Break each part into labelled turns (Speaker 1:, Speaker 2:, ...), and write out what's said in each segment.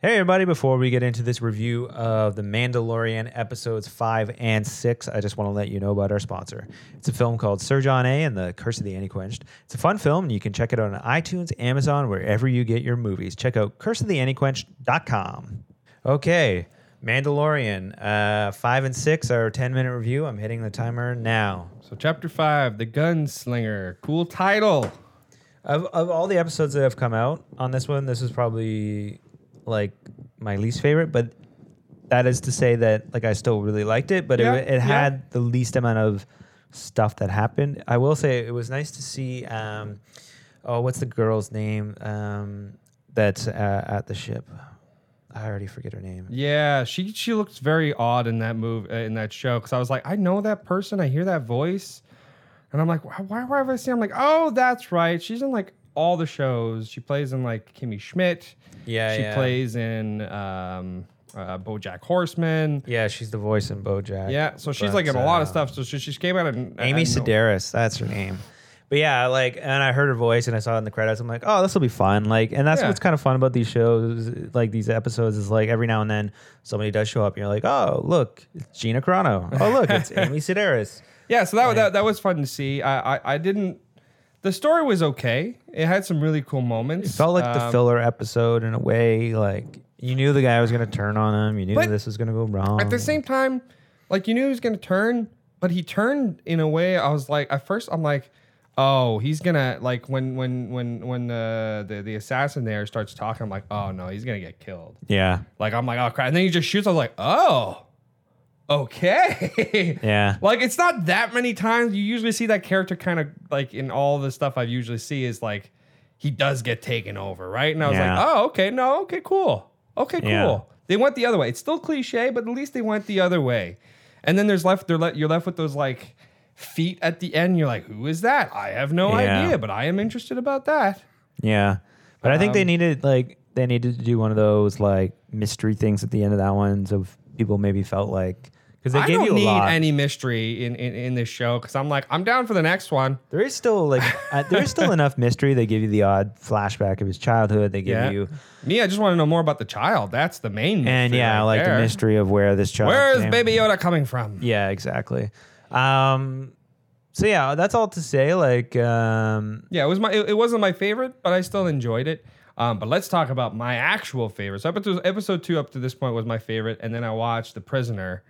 Speaker 1: Hey, everybody, before we get into this review of The Mandalorian episodes five and six, I just want to let you know about our sponsor. It's a film called Sir John A. and the Curse of the Antiquenched. It's a fun film, and you can check it out on iTunes, Amazon, wherever you get your movies. Check out curseoftheantiquenched.com. Okay, Mandalorian, uh, five and six are 10 minute review. I'm hitting the timer now.
Speaker 2: So, chapter five, the gunslinger. Cool title.
Speaker 1: Of, of all the episodes that have come out on this one, this is probably like my least favorite, but that is to say that like I still really liked it, but
Speaker 2: Yeah,
Speaker 1: it,
Speaker 2: yeah.
Speaker 1: it had the least amount of stuff that happened. I will say it was nice to see. Um, oh, what's the girl's name um, that's uh, at the ship? I already forget her name.
Speaker 2: Yeah, she she looks very odd in that move uh, in that show because I was like, I know that person, I hear that voice, and I'm like, why why why have I seen? I'm like, oh, that's right, she's in like all the shows. She plays in like Kimmy Schmidt.
Speaker 1: Yeah,
Speaker 2: she
Speaker 1: yeah.
Speaker 2: plays in um, uh, BoJack Horseman.
Speaker 1: Yeah, she's the voice in BoJack.
Speaker 2: Yeah, so she's
Speaker 1: But,
Speaker 2: like in a lot of
Speaker 1: uh,
Speaker 2: stuff. So she, she came out and
Speaker 1: Amy Sedaris, that's her name. But yeah, like, and I heard her voice and I saw it in the credits. I'm like, oh, this will be fun. Like, and that's
Speaker 2: Yeah.
Speaker 1: what's kind of fun about these shows, like these episodes, is like every now and then somebody does show up and you're like, oh, look, it's Gina Carano. Oh, look, it's Amy Sedaris.
Speaker 2: Yeah, so that, that that was fun to see. I, I I didn't. The story was okay. It had some really cool moments.
Speaker 1: Felt like the
Speaker 2: Um,
Speaker 1: filler episode in a way. Like, you knew the guy was going to turn on him. You knew
Speaker 2: But
Speaker 1: this was going to go wrong.
Speaker 2: At the same time, like you knew he was gonna turn, but he turned in a way. I was like, at first, I'm like, oh, he's gonna like when when when when the the, the assassin there starts talking. I'm like, oh no, he's gonna get killed.
Speaker 1: yeah.
Speaker 2: Like I'm like, oh crap, and then he just shoots. I was like, oh, okay.
Speaker 1: Yeah.
Speaker 2: Like it's not that many times you usually see that character kind of like in all the stuff I usually see is like he does get taken over, right? And I was
Speaker 1: Yeah.
Speaker 2: like, oh, okay, no, okay, cool, okay, cool.
Speaker 1: Yeah.
Speaker 2: They went the other way. It's still cliche, but at least they went the other way. And then there's left, they're le- you're left with those like feet at the end. You're like, who is that? I have no
Speaker 1: Yeah.
Speaker 2: idea, but I am interested about that.
Speaker 1: Yeah, but I think they
Speaker 2: Um,
Speaker 1: needed like they needed to do one of those like mystery things at the end of that one, so f- people maybe felt like because they
Speaker 2: I
Speaker 1: gave
Speaker 2: don't
Speaker 1: you a
Speaker 2: need
Speaker 1: lot.
Speaker 2: any mystery in, in in this show because I'm like, I'm down for the next one.
Speaker 1: there is still like uh, there is still enough mystery. They give you the odd flashback of his childhood. They give
Speaker 2: Yeah.
Speaker 1: you
Speaker 2: Me, I just want to know more about the child. That's the main.
Speaker 1: and
Speaker 2: mystery
Speaker 1: yeah,
Speaker 2: right
Speaker 1: like
Speaker 2: there.
Speaker 1: the mystery of where this child.
Speaker 2: Where is
Speaker 1: came-
Speaker 2: Baby Yoda coming from?
Speaker 1: Yeah, exactly. Um, so yeah, that's all to say. Like, um,
Speaker 2: Yeah, it was my. It, it wasn't my favorite, but I still enjoyed it. Um, but let's talk about my actual favorite. So episode, episode two up to this point was my favorite, and then I watched The Prisoner.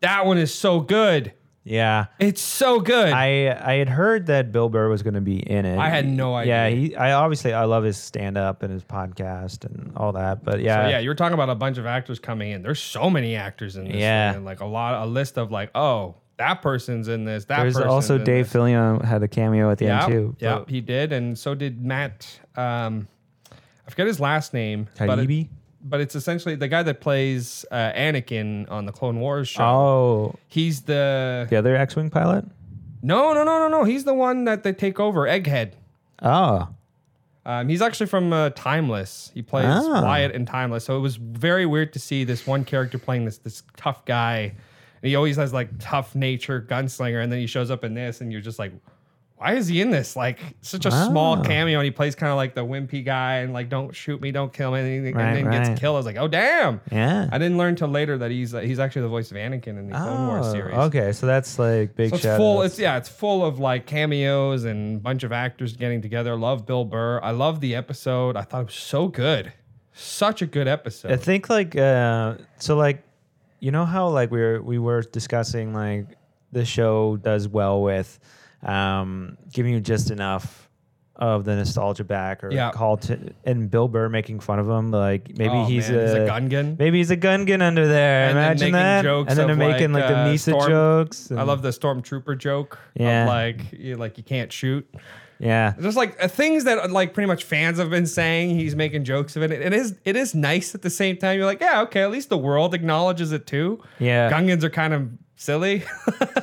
Speaker 2: That one is so good.
Speaker 1: yeah.
Speaker 2: It's so good.
Speaker 1: I I had heard that Bill Burr was going to be in it.
Speaker 2: I had no
Speaker 1: Yeah,
Speaker 2: idea.
Speaker 1: he. I obviously I love his stand up and his podcast and all that. But yeah,
Speaker 2: So, yeah, you were talking about a bunch of actors coming in. There's so many actors in this.
Speaker 1: Yeah.
Speaker 2: thing, and like a lot, a list of like, oh, that person's in this. That
Speaker 1: there's
Speaker 2: person's
Speaker 1: also
Speaker 2: in
Speaker 1: Dave
Speaker 2: this.
Speaker 1: Fillion had a cameo at the
Speaker 2: Yeah,
Speaker 1: end too.
Speaker 2: yeah,
Speaker 1: but-
Speaker 2: he did, and so did Matt. Um, I forget his last name. but it-
Speaker 1: Taibbi?
Speaker 2: but it's essentially the guy that plays uh, Anakin on the Clone Wars show.
Speaker 1: Oh,
Speaker 2: He's the
Speaker 1: the other X-wing pilot.
Speaker 2: no, no, no, no, no. He's the one that they take over, Egghead.
Speaker 1: Oh,
Speaker 2: Um, he's actually from uh, Timeless. He plays
Speaker 1: Ah.
Speaker 2: Wyatt in Timeless. So it was very weird to see this one character playing this this tough guy. And he always has like tough nature gunslinger, and then he shows up in this, and you're just like, why is he in this? Like such a small
Speaker 1: Wow.
Speaker 2: cameo, and he plays kind of like the wimpy guy, and like don't shoot me, don't kill me, and, then-
Speaker 1: Right,
Speaker 2: and then
Speaker 1: right.
Speaker 2: gets killed. I was like, oh damn.
Speaker 1: yeah.
Speaker 2: I didn't learn till later that he's uh, he's actually the voice of Anakin in the Clone Wars
Speaker 1: Oh,
Speaker 2: series.
Speaker 1: okay. So that's like big
Speaker 2: So it's
Speaker 1: shout
Speaker 2: full.
Speaker 1: outs.
Speaker 2: It's yeah. It's full of like cameos and a bunch of actors getting together. Love Bill Burr. I love the episode. I thought it was so good. Such a good episode.
Speaker 1: I think like uh, so like you know how like we were we were discussing like the show does well with um, giving you just enough of the nostalgia back or
Speaker 2: Yeah.
Speaker 1: call to and Bill Burr making fun of him like maybe
Speaker 2: Oh,
Speaker 1: he's,
Speaker 2: man,
Speaker 1: a,
Speaker 2: he's a gungan.
Speaker 1: maybe he's a gungan under there
Speaker 2: And then
Speaker 1: imagine
Speaker 2: making
Speaker 1: that
Speaker 2: jokes
Speaker 1: and then
Speaker 2: of,
Speaker 1: they're making like,
Speaker 2: like,
Speaker 1: the
Speaker 2: uh,
Speaker 1: Misa
Speaker 2: storm-
Speaker 1: jokes
Speaker 2: I
Speaker 1: and-
Speaker 2: love the stormtrooper joke.
Speaker 1: Yeah.
Speaker 2: Of like you, like you can't shoot.
Speaker 1: yeah
Speaker 2: Just like uh, things that uh, like pretty much fans have been saying. He's making jokes of it. It is it is nice at the same time. You're like yeah okay. At least the world acknowledges it too.
Speaker 1: yeah
Speaker 2: Gungans are kind of silly.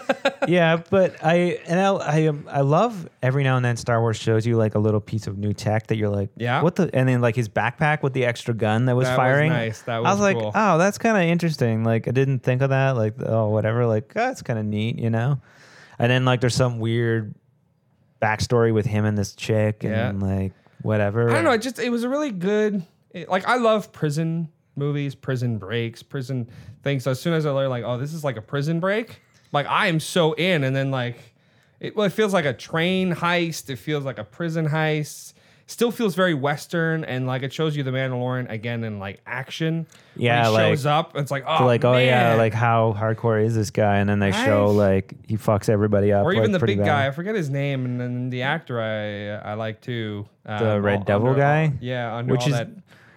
Speaker 1: yeah, but I and I I, um, I love every now and then Star Wars shows you like a little piece of new tech that you're like,
Speaker 2: Yeah.
Speaker 1: what the? And then like his backpack with the extra gun that was
Speaker 2: That was
Speaker 1: firing.
Speaker 2: nice. That
Speaker 1: I
Speaker 2: was
Speaker 1: was like,
Speaker 2: cool.
Speaker 1: oh, that's kind of interesting. Like I didn't think of that. Like oh, whatever. Like oh, that's kind of neat, you know. And then like there's some weird backstory with him and this chick, and
Speaker 2: Yeah.
Speaker 1: like whatever.
Speaker 2: I don't know. It just it was a really good. it- like I love prison movies, prison breaks, prison things. So as soon as I learn like, oh, this is like a prison break, like I am so in. And then like, it, well, it feels like a train heist. It feels like a prison heist. Still feels very western, and like it shows you the Mandalorian again in like action. When
Speaker 1: Yeah,
Speaker 2: he
Speaker 1: like-
Speaker 2: shows up. It's like oh,
Speaker 1: like, oh yeah,
Speaker 2: man.
Speaker 1: like how hardcore is this guy? And then they show
Speaker 2: I've-
Speaker 1: like he fucks everybody up.
Speaker 2: or
Speaker 1: like,
Speaker 2: even the
Speaker 1: pretty
Speaker 2: big
Speaker 1: bad.
Speaker 2: guy. I forget his name, and then the actor I I like too.
Speaker 1: The
Speaker 2: um,
Speaker 1: Red
Speaker 2: all-
Speaker 1: Devil
Speaker 2: under-
Speaker 1: guy?
Speaker 2: yeah, under
Speaker 1: Which
Speaker 2: all
Speaker 1: is-
Speaker 2: that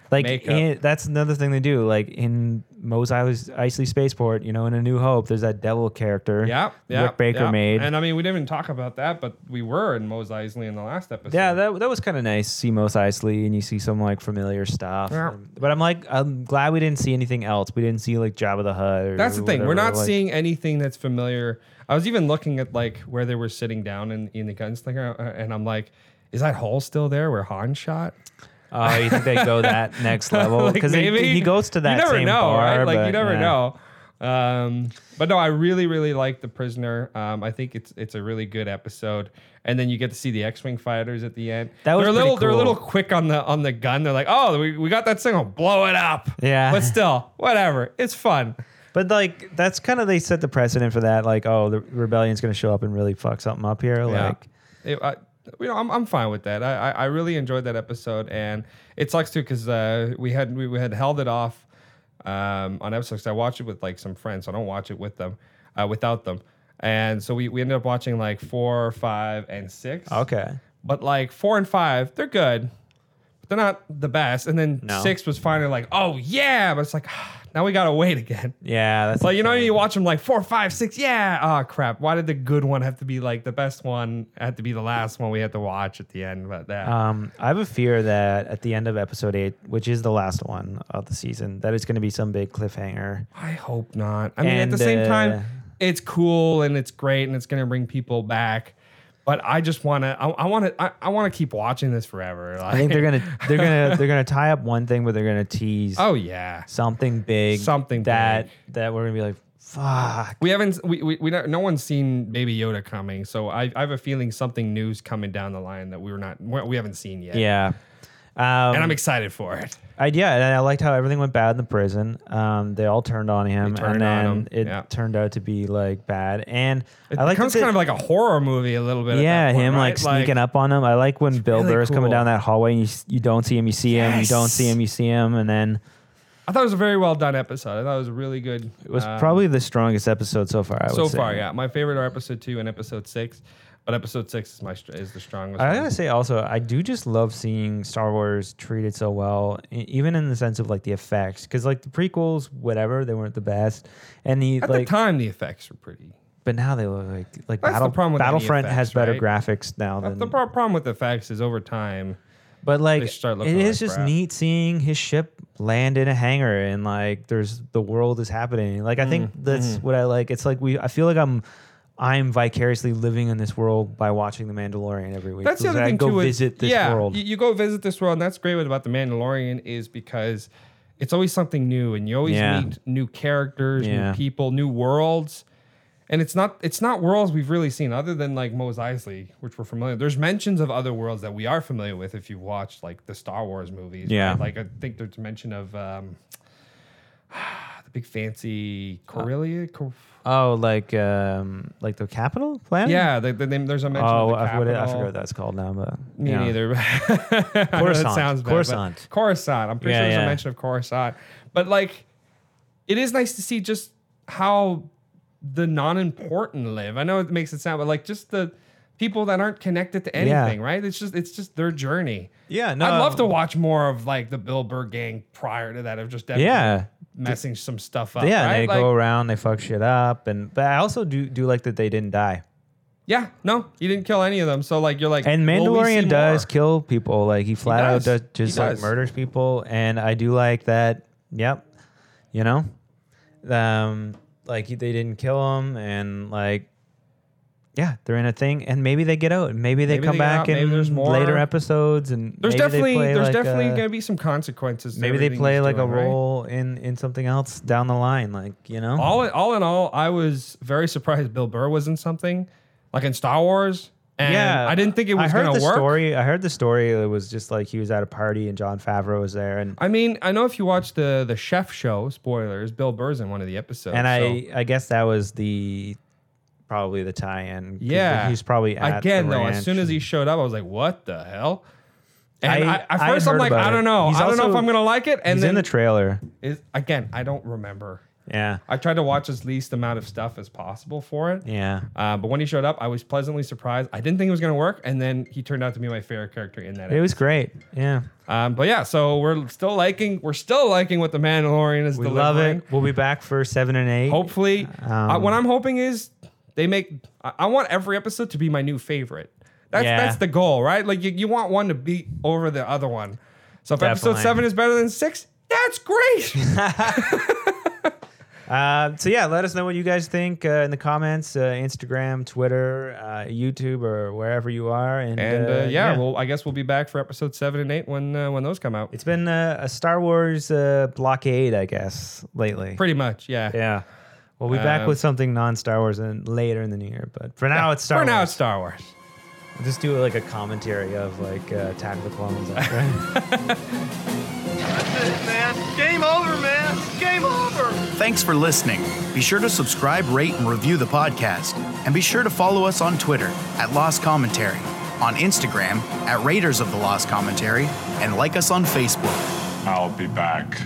Speaker 1: Like
Speaker 2: makeup.
Speaker 1: in- that's another thing they do. Like in Mose Eisley, Eisley Spaceport, you know, in A New Hope, there's that devil character.
Speaker 2: Yeah, yeah.
Speaker 1: Rick Baker
Speaker 2: yeah.
Speaker 1: made.
Speaker 2: And I mean, we didn't even talk about that, but we were in Mos Eisley in the last episode.
Speaker 1: Yeah, that, that was kind of nice. See Mos Eisley, and you see some like familiar stuff.
Speaker 2: Yeah.
Speaker 1: But I'm like, I'm glad we didn't see anything else. We didn't see like Jabba the Hutt. Or
Speaker 2: that's the thing. We're
Speaker 1: whatever,
Speaker 2: not
Speaker 1: like-
Speaker 2: seeing anything that's familiar. I was even looking at like where they were sitting down in, in the gunslinger, uh, and I'm like, is that hole still there where Han shot?
Speaker 1: Oh, you think they go that next level?
Speaker 2: Like,
Speaker 1: Because
Speaker 2: maybe?
Speaker 1: he, he goes to that.
Speaker 2: You never
Speaker 1: same
Speaker 2: know,
Speaker 1: bar,
Speaker 2: right? Like
Speaker 1: but,
Speaker 2: you never
Speaker 1: yeah.
Speaker 2: know. Um, but no, I really, really like the prisoner. Um, I think it's it's a really good episode. And then you get to see the X-wing fighters at the end.
Speaker 1: That was
Speaker 2: they're a
Speaker 1: pretty
Speaker 2: little they're a
Speaker 1: cool.
Speaker 2: little quick on the on the gun. They're like, oh, we, we got that single, blow it up.
Speaker 1: Yeah.
Speaker 2: but still, whatever. It's fun.
Speaker 1: But like that's kind of they set the precedent for that. Like, oh, the rebellion's going to show up and really fuck something up here. Like,
Speaker 2: Yeah. It- I, you know, I'm, I'm fine with that. I, I, I really enjoyed that episode, and it sucks too because uh, we had we, we had held it off um, on episodes. 'cause I watch it with like some friends, so I don't watch it with them, uh, without them, and so we, we ended up watching like four, five, and six.
Speaker 1: okay,
Speaker 2: But like four and five, they're good. But they're not the best. And then
Speaker 1: No.
Speaker 2: six was finally like, oh yeah, but it's like now we gotta wait again.
Speaker 1: yeah, that's
Speaker 2: Like you know, you watch them like four, five, six. Yeah. Oh crap! Why did the good one have to be like the best one? Had to be the last one we had to watch at the end. But that.
Speaker 1: Um, I have a fear that at the end of episode eight, which is the last one of the season, that it's going to be some big cliffhanger.
Speaker 2: I hope not. I mean, at the
Speaker 1: And,
Speaker 2: same
Speaker 1: uh,
Speaker 2: time, it's cool and it's great and it's gonna bring people back. But I just wanna, I, I wanna, I, I wanna keep watching this forever. Like,
Speaker 1: I think they're gonna they're gonna they're gonna tie up one thing, but they're gonna tease
Speaker 2: oh yeah.
Speaker 1: something big,
Speaker 2: Something
Speaker 1: that
Speaker 2: big.
Speaker 1: that we're gonna be like, fuck.
Speaker 2: We haven't, we, we, we don't, no one's seen Baby Yoda coming, so I, I have a feeling something new's coming down the line that we were not, we haven't seen yet.
Speaker 1: Yeah. Um,
Speaker 2: And I'm excited for it.
Speaker 1: I yeah, and I liked how everything went bad in the prison. Um, they all turned on him,
Speaker 2: turned
Speaker 1: and then
Speaker 2: on him,
Speaker 1: it
Speaker 2: yeah.
Speaker 1: turned out to be like bad. And
Speaker 2: It
Speaker 1: I like
Speaker 2: becomes
Speaker 1: that they-
Speaker 2: kind of like a horror movie a little bit. at
Speaker 1: yeah,
Speaker 2: that point,
Speaker 1: him
Speaker 2: right?
Speaker 1: like sneaking up on him. I like when Bill
Speaker 2: really
Speaker 1: Burr's coming
Speaker 2: cool.
Speaker 1: down that hallway and you s- you don't see him, you see him, you don't see
Speaker 2: Yes.
Speaker 1: him, you see him, and then
Speaker 2: I thought it was a very well done episode. I thought it was a really good. uh,
Speaker 1: it was probably the strongest episode so far. I would
Speaker 2: Um, so
Speaker 1: say.
Speaker 2: far. Yeah, my favorite are episode two and episode six, but episode six is my str- is the strongest.
Speaker 1: I
Speaker 2: one.
Speaker 1: gotta say also, I do just love seeing Star Wars treated so well, e- even in the sense of like the effects, because like the prequels, whatever, they weren't the best, and the
Speaker 2: At
Speaker 1: like
Speaker 2: the time, the effects were pretty.
Speaker 1: But now they look like like
Speaker 2: That's the
Speaker 1: Battle,
Speaker 2: problem with any
Speaker 1: Battlefront has
Speaker 2: effects,
Speaker 1: better
Speaker 2: right?
Speaker 1: graphics now
Speaker 2: That's
Speaker 1: than
Speaker 2: the pro- problem with effects is over time.
Speaker 1: but like
Speaker 2: they start
Speaker 1: it
Speaker 2: looking like
Speaker 1: is just
Speaker 2: crap.
Speaker 1: neat seeing his ship land in a hangar and like there's the world is happening. Like I think
Speaker 2: Mm,
Speaker 1: that's
Speaker 2: mm-hmm.
Speaker 1: what I like. It's like we I feel like I'm I'm vicariously living in this world by watching The Mandalorian every week.
Speaker 2: That's the
Speaker 1: It's
Speaker 2: other
Speaker 1: like, I
Speaker 2: thing
Speaker 1: go
Speaker 2: too. with-
Speaker 1: visit this
Speaker 2: yeah,
Speaker 1: world.
Speaker 2: You, you go visit this world, and that's great about the Mandalorian is because it's always something new, and you always
Speaker 1: Yeah.
Speaker 2: meet new characters,
Speaker 1: Yeah.
Speaker 2: new people, new worlds. And it's not it's not worlds we've really seen other than like Mos Eisley, which we're familiar. There's mentions of other worlds that we are familiar with if you've watched like the Star Wars movies. right?
Speaker 1: Yeah.
Speaker 2: like I think there's a mention of um, the big fancy
Speaker 1: Uh,
Speaker 2: Corellia. Cor-
Speaker 1: Oh, like um like the capital planet?
Speaker 2: yeah, the, the name, there's a mention.
Speaker 1: Oh,
Speaker 2: of the
Speaker 1: I, what, I
Speaker 2: capital.
Speaker 1: forgot what that's called now, but
Speaker 2: Me
Speaker 1: yeah.
Speaker 2: neither. Coruscant.
Speaker 1: Coruscant.
Speaker 2: sounds bad, but-
Speaker 1: Coruscant.
Speaker 2: Coruscant. I'm pretty
Speaker 1: Yeah,
Speaker 2: sure there's
Speaker 1: yeah.
Speaker 2: a mention of Coruscant. But like, it is nice to see just how the non-important live. I know it makes it sound, but like just the people that aren't connected to
Speaker 1: Yeah.
Speaker 2: anything, right? It's just it's just their journey.
Speaker 1: Yeah, no.
Speaker 2: I'd love to watch more of like the Bill Burr gang prior to that of just definitely
Speaker 1: Yeah.
Speaker 2: messing some stuff up.
Speaker 1: Yeah,
Speaker 2: right?
Speaker 1: they
Speaker 2: Like,
Speaker 1: go around, they fuck shit up, and but I also do do like that they didn't die.
Speaker 2: yeah, no, you didn't kill any of them. So like you're like
Speaker 1: And
Speaker 2: will we see
Speaker 1: Mandalorian does
Speaker 2: more?
Speaker 1: kill people, like he flat out
Speaker 2: does.
Speaker 1: does, just
Speaker 2: He
Speaker 1: like
Speaker 2: does.
Speaker 1: murders people, and I do like that. Yep, you know, um, like they didn't kill him, and like. Yeah, they're in a thing, and maybe they get out, and maybe they
Speaker 2: Maybe
Speaker 1: come
Speaker 2: they get
Speaker 1: back
Speaker 2: out, maybe
Speaker 1: in
Speaker 2: there's more.
Speaker 1: later episodes, and
Speaker 2: There's
Speaker 1: maybe they
Speaker 2: definitely
Speaker 1: play
Speaker 2: there's
Speaker 1: like
Speaker 2: definitely
Speaker 1: a-
Speaker 2: going to be some consequences. to
Speaker 1: maybe they
Speaker 2: everything
Speaker 1: play
Speaker 2: he's
Speaker 1: like
Speaker 2: doing,
Speaker 1: a
Speaker 2: right?
Speaker 1: role in in something else down the line, like you know.
Speaker 2: Oh, All in, all in all, I was very surprised Bill Burr was in something like in Star Wars. And
Speaker 1: yeah,
Speaker 2: I didn't think it was
Speaker 1: I heard
Speaker 2: gonna
Speaker 1: the
Speaker 2: work.
Speaker 1: Story, I heard the story. It was just like he was at a party and John Favreau was there, and
Speaker 2: I mean, I know if you watch the the chef show, spoilers, Bill Burr's in one of the episodes.
Speaker 1: and
Speaker 2: Oh, so-
Speaker 1: I I guess that was the probably the tie-in. 'cause
Speaker 2: Yeah.
Speaker 1: he's probably at
Speaker 2: again
Speaker 1: the
Speaker 2: though, as
Speaker 1: ranch
Speaker 2: soon as
Speaker 1: and-
Speaker 2: he showed up, I was like, "What the hell?" And
Speaker 1: I-
Speaker 2: I, at
Speaker 1: I
Speaker 2: first
Speaker 1: heard
Speaker 2: I'm like,
Speaker 1: about
Speaker 2: "I
Speaker 1: it.
Speaker 2: don't know.
Speaker 1: He's
Speaker 2: I don't know
Speaker 1: also-
Speaker 2: if I'm gonna like it." And
Speaker 1: he's
Speaker 2: then
Speaker 1: in the trailer.
Speaker 2: is, again, I don't remember.
Speaker 1: Yeah,
Speaker 2: I tried to watch as least amount of stuff as possible for it.
Speaker 1: yeah.
Speaker 2: Uh, but when he showed up, I was pleasantly surprised. I didn't think it was gonna work, and then he turned out to be my favorite character in that.
Speaker 1: It was great. Yeah,
Speaker 2: Um, but yeah, so we're still liking we're still liking what the Mandalorian is
Speaker 1: we
Speaker 2: delivering.
Speaker 1: love it. We'll be back for seven and eight.
Speaker 2: Hopefully, I,
Speaker 1: Um,
Speaker 2: what I'm hoping is they make. I, I want every episode to be my new favorite. That's
Speaker 1: Yeah.
Speaker 2: that's the goal, right? Like you, you want one to beat over the other one. So if episode
Speaker 1: Definitely.
Speaker 2: seven is better than six, that's great.
Speaker 1: Uh, so yeah, let us know what you guys think uh, in the comments, uh, Instagram, Twitter, uh, YouTube, or wherever you are. And,
Speaker 2: and uh, yeah, well, I guess we'll be back for episode seven and eight when uh, when those come out.
Speaker 1: it's been uh, a Star Wars uh, blockade, I guess, lately.
Speaker 2: Pretty much, yeah.
Speaker 1: yeah, we'll be back
Speaker 2: Um,
Speaker 1: with something non-Star Wars and later in the new year. But for now, it's Star
Speaker 2: for
Speaker 1: Wars.
Speaker 2: now, it's Star Wars.
Speaker 1: We'll just do like a commentary of like uh, Attack of the Clones.
Speaker 3: it, man. Game over, man. Game over.
Speaker 4: Thanks for listening. Be sure to subscribe, rate, and review the podcast. And be sure to follow us on Twitter at Lost Commentary, on Instagram at Raiders of the Lost Commentary, and like us on Facebook.
Speaker 5: I'll be back.